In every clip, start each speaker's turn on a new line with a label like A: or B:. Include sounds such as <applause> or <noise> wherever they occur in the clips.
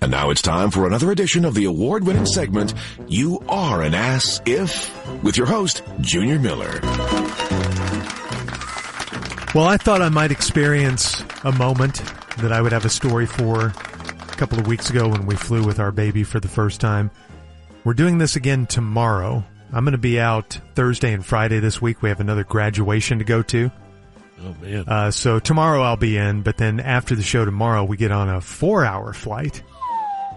A: And now it's time for another edition of the award winning segment, You Are an Ass If, with your host, Junior Miller.
B: Well, I thought I might experience a moment that I would have a story for a couple of weeks ago when we flew with our baby for the first time. We're doing this again tomorrow. I'm going to be out Thursday and Friday this week. We have another graduation to go to.
C: Oh man.
B: Uh, so tomorrow I'll be in, but then after the show tomorrow, we get on a four hour flight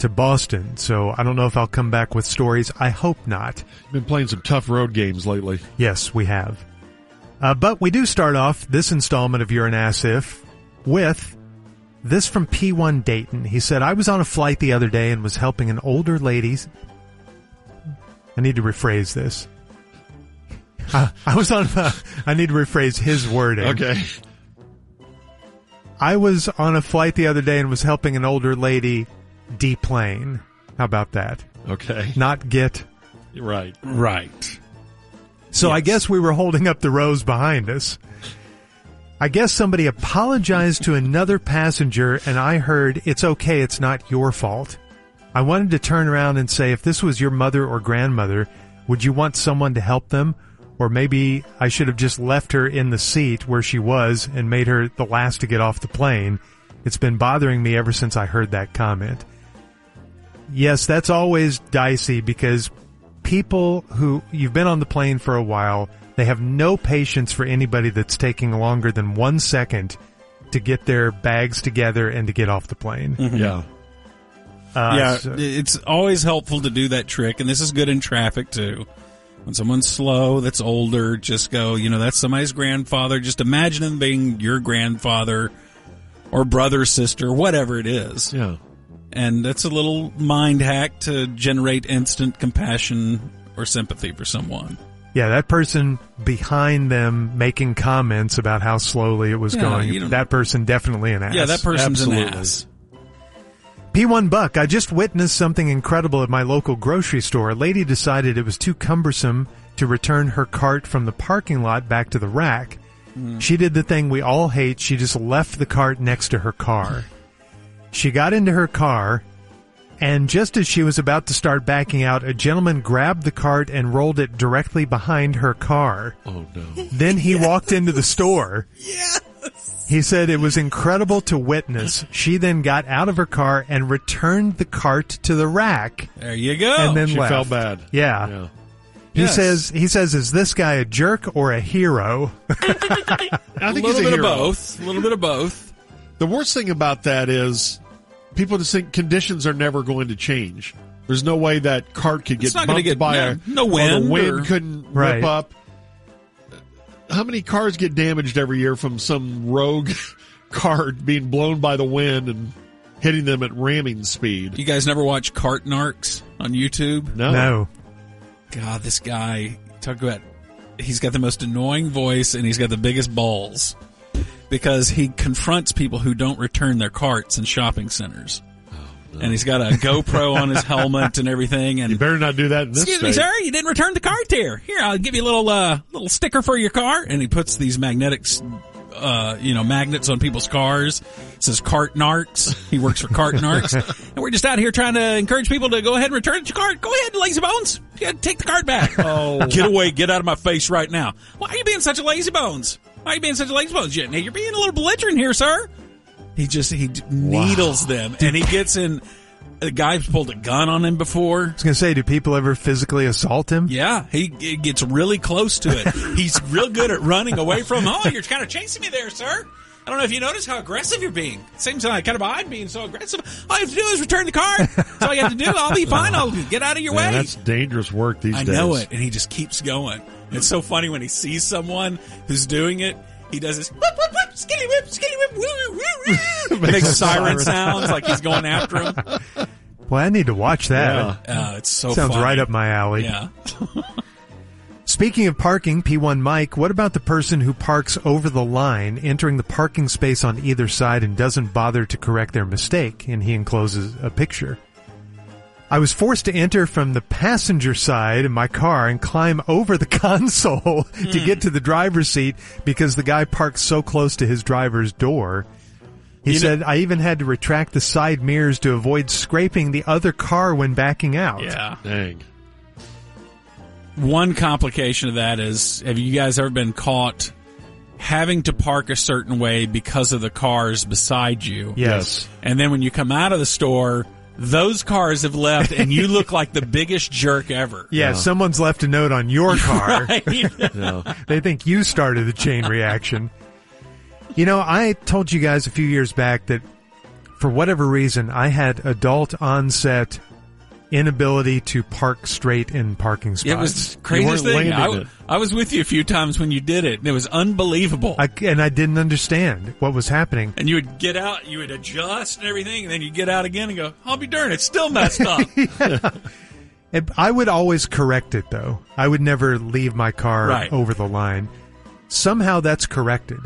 B: to Boston. So I don't know if I'll come back with stories. I hope not.
C: Been playing some tough road games lately.
B: Yes, we have. Uh, but we do start off this installment of You're an Ass If with this from P1 Dayton. He said, I was on a flight the other day and was helping an older lady. I need to rephrase this. <laughs> I, I was on. <laughs> A, I need to rephrase his wording.
C: Okay.
B: I was on a flight the other day and was helping an older lady deplane. How about that?
C: Okay.
B: Not get.
C: Right.
D: Right.
B: So I guess we were holding up the rows behind us. I guess somebody apologized to another passenger and I heard, it's okay, it's not your fault. I wanted to turn around and say, if this was your mother or grandmother, would you want someone to help them? Or maybe I should have just left her in the seat where she was and made her the last to get off the plane. It's been bothering me ever since I heard that comment. Yes, that's always dicey because people who you've been on the plane for a while, they have no patience for anybody that's taking longer than one second to get their bags together and to get off the plane.
C: Yeah.
B: Uh,
D: Mm-hmm. yeah,
B: so-
D: it's always helpful to do that trick, and this is good in traffic too. When someone's slow, that's older, just go, you know, that's somebody's grandfather. Just imagine them being your grandfather or brother, sister, whatever it is.
C: Yeah.
D: And that's a little mind hack to generate instant compassion or sympathy for someone.
B: yeah, that person behind them making comments about how slowly it was
D: Yeah, you
B: going.
D: don't-
B: That person definitely an ass.
D: Yeah, that person's an
C: absolutely.
D: ass.
B: P1 Buck, I just witnessed something incredible at my local grocery store. A lady decided it was too cumbersome to return her cart from the parking lot back to the rack. She did the thing we all hate. She just left the cart next to her car. She got into her car, and just as she was about to start backing out, a gentleman grabbed the cart and rolled it directly behind her car.
C: Oh no.
B: Then he walked into the store. Yes. He said it was incredible to witness. She then got out of her car and returned the cart to the rack
D: There you go.
B: and then
C: She
B: left.
C: felt bad.
B: Yeah.
C: Yeah.
B: He
D: Yes.
B: says he says is this guy a jerk or a hero?
C: I
D: a
C: think
D: little
C: he's a
D: bit
C: hero.
D: of both. A little bit of both.
C: The worst thing about that is people just think conditions are never going to change. There's no way that cart could
D: It's
C: get
D: not gonna
C: bumped
D: get-
C: by
D: no-
C: a
D: no
C: or
D: wind
C: The wind
D: or-
C: couldn't
B: Right.
C: rip up. How many cars get damaged every year from some rogue <laughs> cart being blown by the wind and hitting them at ramming speed?
D: You guys never watch Cart Narcs on YouTube?
C: No.
B: No.
D: God, this guy, talk about, he's got the most annoying voice and he's got the biggest balls because he confronts people who don't return their carts in shopping centers. And he's got a GoPro on his helmet and everything.
C: You
D: And
C: better not do that in this
D: excuse
C: state.
D: me, sir, you didn't return the cart here. Here, I'll give you a little uh, little sticker for your car. And he puts these magnetics, uh, you know, magnets on people's cars. It says Cart Narcs. He works for Cart Narcs, <laughs> and we're just out here trying to encourage people to go ahead and return your cart. Go ahead, lazy bones. Yeah, Take the cart back. <laughs> Oh, get away! Get out of my face right now. Why are you being such a lazy bones? Why are you being such a lazy bones? You- You're being a little belligerent here, sir. He just he d- needles them, and he gets in. The guy's pulled a gun on him before.
B: I was gonna say, do people ever physically assault him?
D: Yeah, he, he gets really close to it. He's real good at running away from. Oh, you're kind of chasing me there, sir. I don't know if you notice how aggressive you're being. Seems like kind of odd being so aggressive. All you have to do is return the card. That's all you have to do. I'll be fine. I'll get out of your
C: Man,
D: way.
C: that's dangerous work these
D: I
C: days.
D: know it, and he just keeps going. It's so funny when he sees someone who's doing it. He does this whip, whip, whip, skinny whip, skinny whip, woo, woo,
B: <laughs>
D: woo. Makes siren sounds like he's going after him.
B: Well, I need to watch that.
C: Yeah.
D: Uh, it's so
B: Sounds
D: funny.
B: right up my alley.
D: Yeah.
B: Speaking of parking, P1 Mike, what about the person who parks over the line, entering the parking space on either side and doesn't bother to correct their mistake? And he encloses a picture. I was forced to enter from the passenger side in my car and climb over the <laughs> console to get to the driver's seat because the guy parked so close to his driver's door. He
D: You know-
B: said, I even had to retract the side mirrors to avoid scraping the other car when backing out.
D: Yeah.
C: Dang.
D: One complication of that is have you guys ever been caught having to park a certain way because of the cars beside you?
B: Yes.
D: And then when you come out of the store, those cars have left and you look like the biggest jerk ever. <laughs>
B: Yeah, someone's left a note on your car.
D: Right?
B: They think you started the
D: <laughs>
B: chain reaction. You know, I told you guys a few years back that for whatever reason, I had adult onset inability to park straight in parking spots.
D: It was the craziest
C: weren't
D: thing. I,
C: landing it.
D: I was with you a few times when you did it, and it was unbelievable.
B: I, and I didn't understand what was happening.
D: and you would get out, you would adjust and everything, and then you get out again and go, "I'll be darned, it's still messed up."
B: It- I would always correct it though. I would never leave my car
D: Right.
B: over the line. Somehow that's corrected.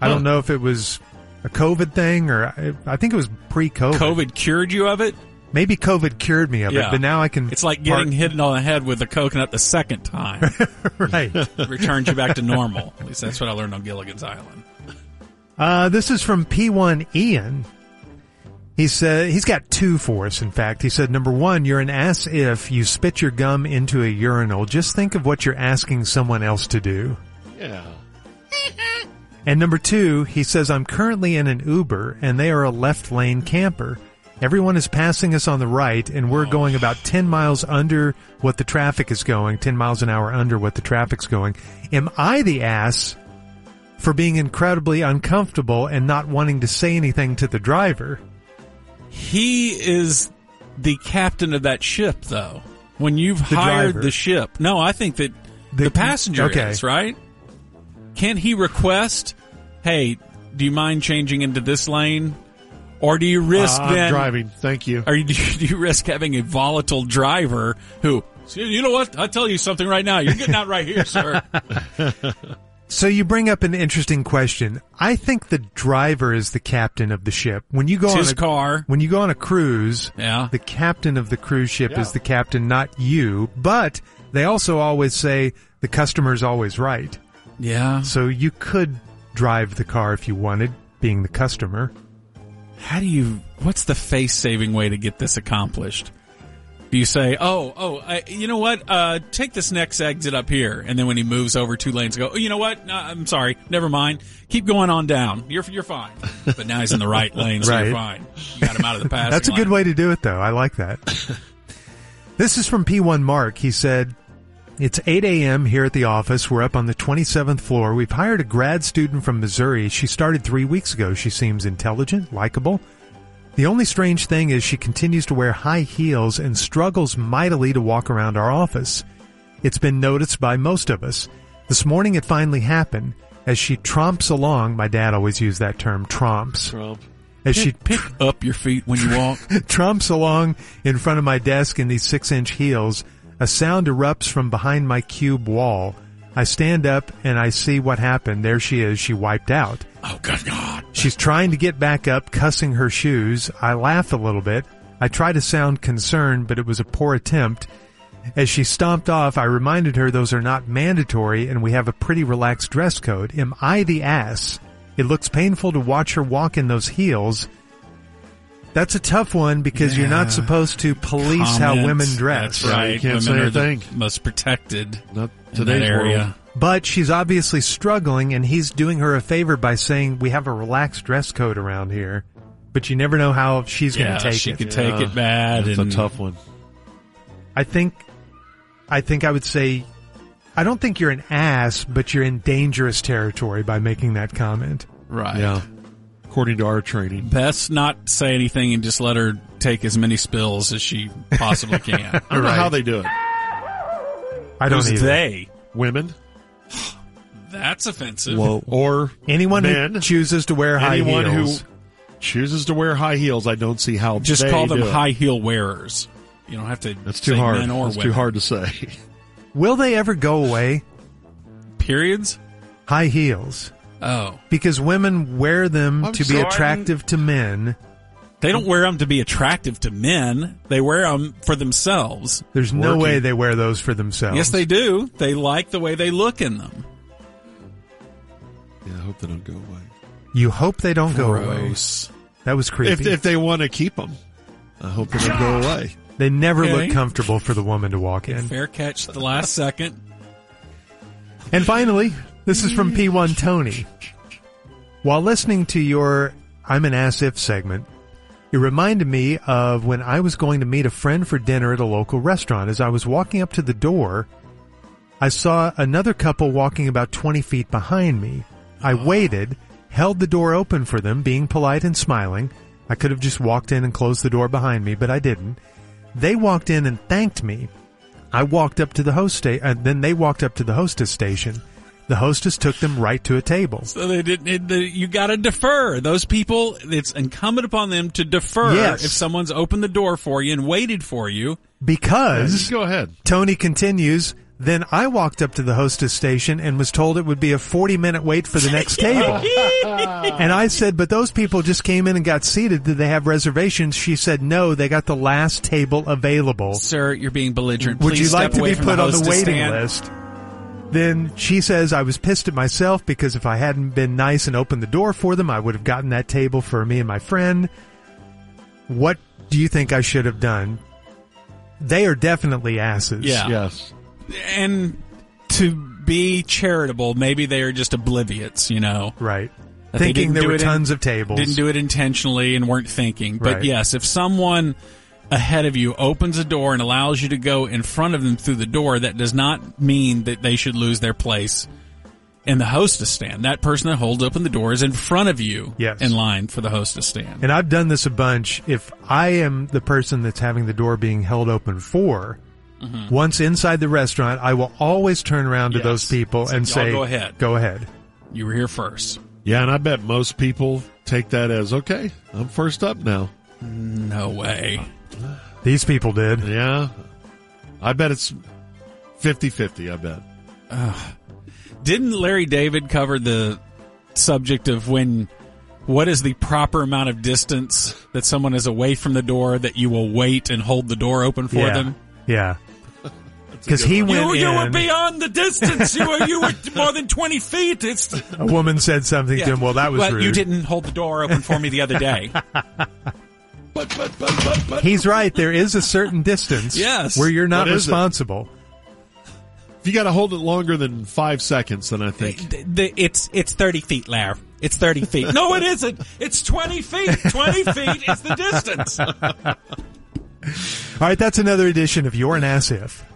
B: I don't know if it was a COVID thing or I, I think it was pre-COVID.
D: COVID cured you of it.
B: Maybe COVID cured me of
D: Yeah.
B: it, but now I can.
D: It's like
B: park-
D: getting hit on the head with a coconut the second time. <laughs>
B: right.
D: It returns you back to normal. At least that's what I learned on Gilligan's Island.
B: <laughs> Uh, this is from P1 Ian. He said he's got two for us. In fact, he said number one, you're an ass if you spit your gum into a urinal. Just think of what you're asking someone else to do.
C: Yeah.
B: And number two, he says, I'm currently in an Uber and they are a left lane camper. Everyone is passing us on the right and we're going about 10 miles under what the traffic is going, 10 miles an hour under what the traffic's going. Am I the ass for being incredibly uncomfortable and not wanting to say anything to the driver?
D: He is the captain of that ship, though. When you've hired
B: driver.
D: the ship, no, I think that the,
B: The-
D: passenger
B: okay.
D: is right. Can he request, "Hey, do you mind changing into this lane?" Or do you risk
C: Uh, I'm
D: then?
C: driving. Thank you.
D: Or do you, <laughs> do you risk having a volatile driver who? You know what? I'll tell you something right now. You're getting out right
B: <laughs>
D: here, sir.
B: So you bring up an interesting question. I think the driver is the captain of the ship. When you go
D: It's
B: on
D: his
B: a,
D: car.
B: when you go on a cruise,
D: Yeah.
B: the captain of the cruise ship is the captain, not you. But they also always say the customer's always right.
D: Yeah.
B: So you could drive the car if you wanted, being the customer.
D: How do you? What's the face-saving way to get this accomplished? Do you say, "Oh, oh, I, you know what? Uh, take this next exit up here," and then when he moves over two lanes, go, "Oh, you know what? No, I'm sorry, never mind. Keep going on down. You're you're fine." But now he's in the right lane, so you're
B: Right.
D: fine. You got him out of the pass.
B: That's a good way to do it, though. I like that. this is from P1 Mark. He said, It's 8 a.m. here at the office. We're up on the 27th floor. We've hired a grad student from Missouri. She started three weeks ago. She seems intelligent, likable. The only strange thing is she continues to wear high heels and struggles mightily to walk around our office. It's been noticed by most of us. This morning it finally happened. As she tromps along, my dad always used that term, tromps.
C: Trump.
B: As she
D: Pick, pick up your feet when you walk.
B: tromps along in front of my desk in these six inch heels. A sound erupts from behind my cube wall. I stand up and I see what happened. There she is. She wiped out.
D: <laughs> oh good God!
B: She's trying to get back up, cussing her shoes. I laugh a little bit. I try to sound concerned, but it was a poor attempt. As she stomped off, I reminded her those are not mandatory and we have a pretty relaxed dress code. Am I the ass? It looks painful to watch her walk in those heels. That's a tough one because you're
D: Yeah.
B: not supposed to police how
D: Comments.
B: women dress.
D: That's right.
C: Yeah, you can't
D: women
C: say
D: are
C: a
D: the
C: thing.
D: most protected
C: Not
D: in that
C: today's
D: area.
C: world.
B: But she's obviously struggling and he's doing her a favor by saying we have a relaxed dress code around here. But you never know how she's
D: Yeah,
B: going to take
D: she
B: it.
D: could take
C: Yeah.
D: it bad.
C: That's
D: and
C: a tough one.
B: I think I think I would say I don't think you're an ass, but you're in dangerous territory by making that comment.
D: right.
C: Yeah. According to our training.
D: best not say anything and just let her take as many spills as she possibly can.
C: I
B: Right.
C: don't know how they do it.
B: I don't
D: Who's
B: either.
D: they?
C: Women.
D: That's offensive.
C: <laughs> Or
B: Anyone who
C: Men.
B: chooses to wear high
C: anyone
B: heels.
C: who chooses to wear high heels, I don't see how
D: Just
C: they
D: call them
C: do it.
D: high heel wearers. You don't have to.
C: That's too
D: say
C: hard.
D: Men or
C: That's
D: women.
C: too hard to say. <laughs>
B: will they ever go away?
D: Periods.
B: High heels.
D: Oh,
B: Because women wear them
C: I'm
B: to be
C: sorry.
B: attractive to men.
D: they don't wear them to be attractive to men. They wear them for themselves.
B: There's no
C: Working.
B: way they wear those for themselves.
D: Yes, they do. They like the way they look in them.
C: yeah, I hope they don't go away.
B: You hope they don't go away.
D: Gross.
B: That was creepy.
C: If, if they want to keep them, I hope they don't go <laughs> away.
B: they never
D: Okay.
B: look comfortable for the woman to walk in.
D: Fair catch at the last second.
B: And finally, this is from P1 Tony. While listening to your I'm an ass if segment, it reminded me of when I was going to meet a friend for dinner at a local restaurant. As I was walking up to the door, I saw another couple walking about 20 feet behind me. I
C: Oh.
B: waited, held the door open for them, being polite and smiling. I could have just walked in and closed the door behind me, but I didn't. They walked in and thanked me. I walked up to the host sta- and then they walked up to the hostess station. The hostess took them right to a table.
D: So they didn't. It, the, you got to defer. Those people, it's incumbent upon them to defer
B: Yes.
D: if someone's opened the door for you and waited for you.
B: Because
C: Just go ahead.
B: Tony continues, then I walked up to the hostess station and was told it would be a 40 minute wait for the next table. and I said, but those people just came in and got seated. Did they have reservations? She said, no, they got the last table available.
D: Sir, you're being belligerent.
B: Would
D: Please
B: you like
D: step
B: to
D: away
B: be
D: from
B: put on the
D: hostess
B: waiting
D: stand.
B: list? Then she says, I was pissed at myself because if I hadn't been nice and opened the door for them, I would have gotten that table for me and my friend. What do you think I should have done? They are definitely asses.
D: Yeah.
C: Yes.
D: And to be charitable, maybe they are just oblivious. You know,
B: Right.
D: That they
B: Thinking
D: didn't
B: there
D: do
B: were
D: it in-
B: tons of tables.
D: didn't do it intentionally and weren't thinking. But
B: Right.
D: yes, if someone ahead of you opens a door and allows you to go in front of them through the door, that does not mean that they should lose their place in the hostess stand. That person that holds open the door is in front of you
B: Yes.
D: in line for the hostess stand.
B: and I've done this a bunch. If I am the person that's having the door being held open for, once inside the restaurant, I will always turn around to
D: Mm-hmm. Yes.
B: those people
D: So
B: and
D: y'all
B: say,
D: go ahead.
B: Go ahead.
D: You were here first.
C: Yeah, and I bet most people take that as okay. I'm first up now.
D: No way.
B: These people did.
C: Yeah. I bet it's 50-50, I bet.
D: Didn't Larry David cover the subject of when what is the proper amount of distance that someone is away from the door that you will wait and hold the door open for
B: yeah.
D: them? <laughs>
B: Yeah. Because he went
D: You, you
B: in,
D: were beyond the distance. You were,
B: <laughs>
D: you were more than 20 feet. It's,
B: a woman said something to him. Well, that was
D: But
B: rude.
D: you didn't hold the door open for me the
B: <laughs>
D: other day.
C: But, but, but, but, but.
B: He's right. There is a certain distance
D: <laughs> Yes.
B: where you're not
C: What is it?
B: responsible.
C: If you got to hold it longer than five seconds, then I think.
D: The- the- it's, it's 30 feet, Larry. It's 30 feet. No, it isn't. It's 20 feet. 20
B: <laughs>
D: feet is the distance.
B: All right, that's another edition of Your an Ass If.